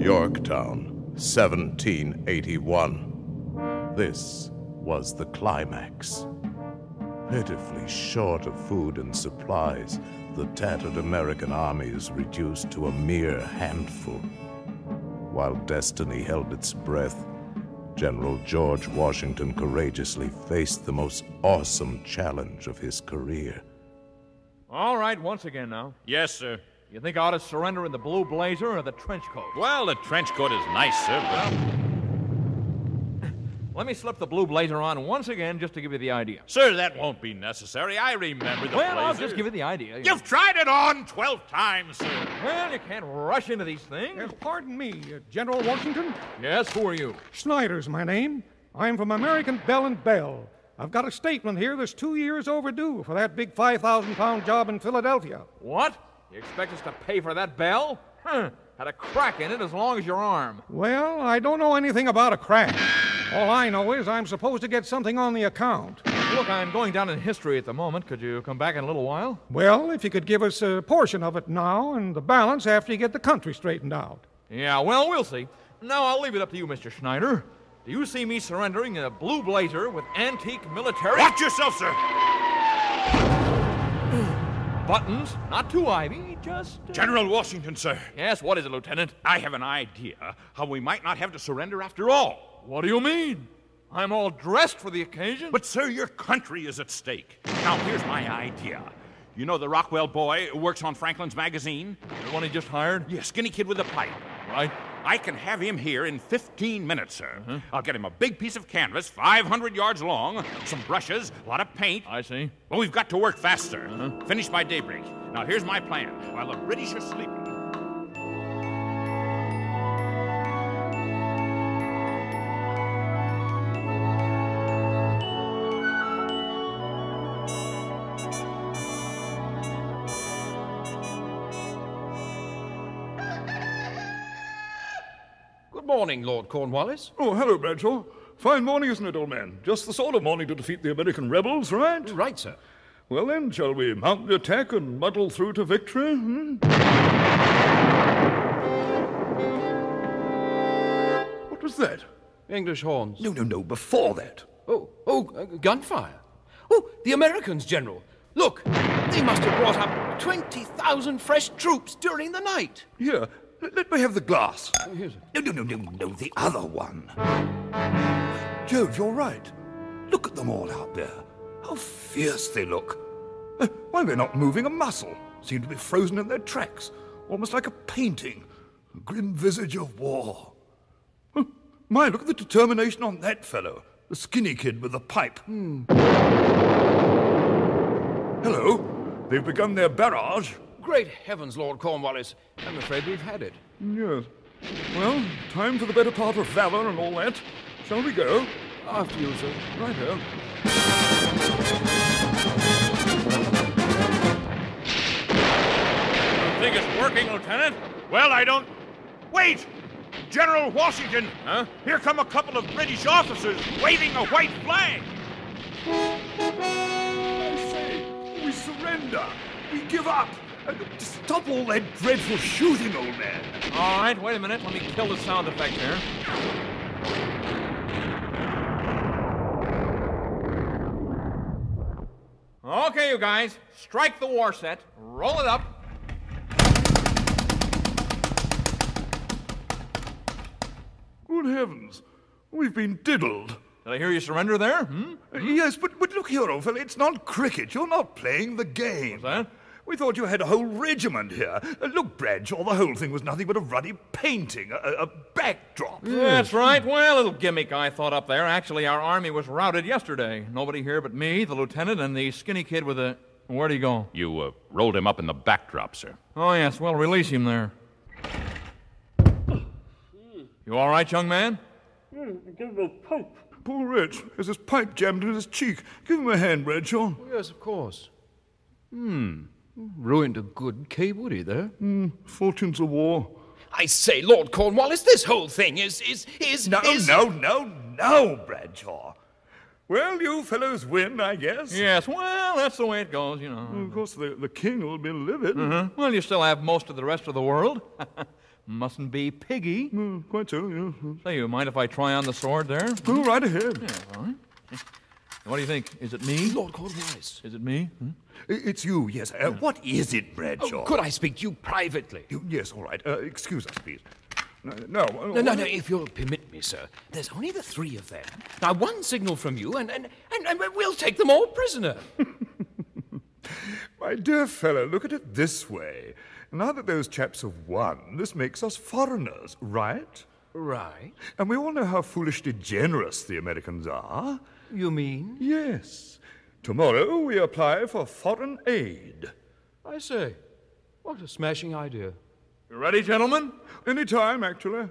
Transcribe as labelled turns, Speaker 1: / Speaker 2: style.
Speaker 1: Yorktown, 1781. This was the climax. Pitifully short of food and supplies, the tattered American army is reduced to a mere handful. While destiny held its breath, General George Washington courageously faced the most awesome challenge of his career.
Speaker 2: All right, once again now.
Speaker 3: Yes, sir.
Speaker 2: You think I ought to surrender in the blue blazer or the trench coat?
Speaker 3: Well, the trench coat is nice, sir, but.
Speaker 2: Well, let me slip the blue blazer on once again just to give you the idea.
Speaker 3: Sir, that won't be necessary. I remember the
Speaker 2: Well,
Speaker 3: blazer.
Speaker 2: I'll just give you the idea.
Speaker 3: You've tried it on 12 times, sir.
Speaker 2: Well, you can't rush into these things.
Speaker 4: Yes, pardon me, uh, General Washington.
Speaker 2: Yes, who are you?
Speaker 4: Snyder's my name. I'm from American Bell and Bell. I've got a statement here that's two years overdue for that big 5,000 pound job in Philadelphia.
Speaker 2: What? You expect us to pay for that bell? Huh. Had a crack in it as long as your arm.
Speaker 4: Well, I don't know anything about a crack. All I know is I'm supposed to get something on the account.
Speaker 2: Look, I'm going down in history at the moment. Could you come back in a little while?
Speaker 4: Well, if you could give us a portion of it now and the balance after you get the country straightened out.
Speaker 2: Yeah, well, we'll see. Now I'll leave it up to you, Mr. Schneider. Do you see me surrendering in a blue blazer with antique military
Speaker 3: Watch yourself, sir.
Speaker 2: buttons? Not too ivy, just. uh,
Speaker 3: General Washington, sir.
Speaker 2: Yes, what is it, Lieutenant?
Speaker 3: I have an idea how we might not have to surrender after all.
Speaker 2: What do you mean? I'm all dressed for the occasion.
Speaker 3: But, sir, your country is at stake. Now, here's my idea. You know the Rockwell boy who works on Franklin's magazine?
Speaker 2: the one he just hired?
Speaker 3: Yeah, skinny kid with a pipe.
Speaker 2: Right.
Speaker 3: I can have him here in 15 minutes, sir. I'll get him a big piece of canvas, 500 yards long, some brushes, a lot of paint.
Speaker 2: I see.
Speaker 3: But we've got to work faster. Finish by daybreak. Now, here's my plan. While the British are sleeping,
Speaker 5: Good morning, Lord Cornwallis.
Speaker 6: Oh, hello, Bradshaw. Fine morning, isn't it, old man? Just the sort of morning to defeat the American rebels, right?
Speaker 5: Right, sir.
Speaker 6: Well, then, shall we mount the attack and muddle through to victory? Hmm? What was that?
Speaker 5: English horns.
Speaker 6: No, no, no, before that.
Speaker 5: Oh, oh, uh, gunfire. Oh, the Americans, General. Look, they must have brought up 20,000 fresh troops during the night.
Speaker 6: Here, l- let me have the glass.
Speaker 5: Here's it.
Speaker 7: No, no, no, no, no, the other one. Jove, you're right. Look at them all out there. How fierce they look. Uh, Why, they're not moving a muscle. Seem to be frozen in their tracks, almost like a painting. A grim visage of war. Oh, my, look at the determination on that fellow. The skinny kid with the pipe. Hmm.
Speaker 6: Hello. They've begun their barrage.
Speaker 5: Great heavens, Lord Cornwallis. I'm afraid we've had it.
Speaker 6: Yes. Well, time for the better part of valor and all that. Shall we go?
Speaker 5: After you, sir.
Speaker 6: Right here.
Speaker 3: think it's working, Lieutenant? Well, I don't. Wait! General Washington! Huh? Here come a couple of British officers waving a white flag!
Speaker 6: I say, we surrender. We give up. And stop all that dreadful shooting, old man.
Speaker 2: All right, wait a minute. Let me kill the sound effect here. Okay, you guys, strike the war set, roll it up.
Speaker 6: Good heavens. We've been diddled.
Speaker 2: Did I hear you surrender there? Hmm?
Speaker 6: Uh, Yes, but, but look here, old fellow. It's not cricket. You're not playing the game.
Speaker 2: that?
Speaker 6: We thought you had a whole regiment here. Uh, look, Bradshaw, the whole thing was nothing but a ruddy painting, a, a- a backdrop.
Speaker 2: That's right. Well, little gimmick I thought up there. Actually, our army was routed yesterday. Nobody here but me, the lieutenant, and the skinny kid with the. Where'd he go?
Speaker 3: You uh, rolled him up in the backdrop, sir.
Speaker 2: Oh, yes. Well, release him there. You all right, young man?
Speaker 6: Poor wretch has his pipe jammed in his cheek. Give him a hand, Bradshaw.
Speaker 5: Oh, Yes, of course. Hmm. Ruined a good Kay Woody there.
Speaker 6: Fortunes of war.
Speaker 5: I say, Lord Cornwallis, this whole thing is. is. is.
Speaker 6: No,
Speaker 5: is...
Speaker 6: no, no, no, Bradshaw. Well, you fellows win, I guess.
Speaker 2: Yes. Well, that's the way it goes,
Speaker 6: Hmm.
Speaker 2: you know.
Speaker 6: Of course, the, the king will be livid.
Speaker 2: Well, you still have most of the rest of the world. Mustn't be piggy.
Speaker 6: Mm, Quite so, yeah.
Speaker 2: Say, you mind if I try on the sword there?
Speaker 6: Go right ahead.
Speaker 2: What do you think? Is it me?
Speaker 5: Lord Cornwallis.
Speaker 2: Is it me? Hmm?
Speaker 6: I- It's you, yes. Uh, What is it, Bradshaw?
Speaker 5: Oh, Could I speak to you privately?
Speaker 6: You- Yes, all right. Uh, excuse us, please. No, no. uh,
Speaker 5: No, no, no, if you'll permit me, sir. There's only the three of them. Now, one signal from you, and, and, and, and we'll take them all prisoner.
Speaker 6: My dear fellow, look at it this way. Now that those chaps have won, this makes us foreigners, right?
Speaker 5: right.
Speaker 6: And we all know how foolishly generous the Americans are.
Speaker 5: You mean?
Speaker 6: Yes. Tomorrow we apply for foreign aid.
Speaker 5: I say. What a smashing idea.
Speaker 2: You ready, gentlemen?
Speaker 6: Any time, actually.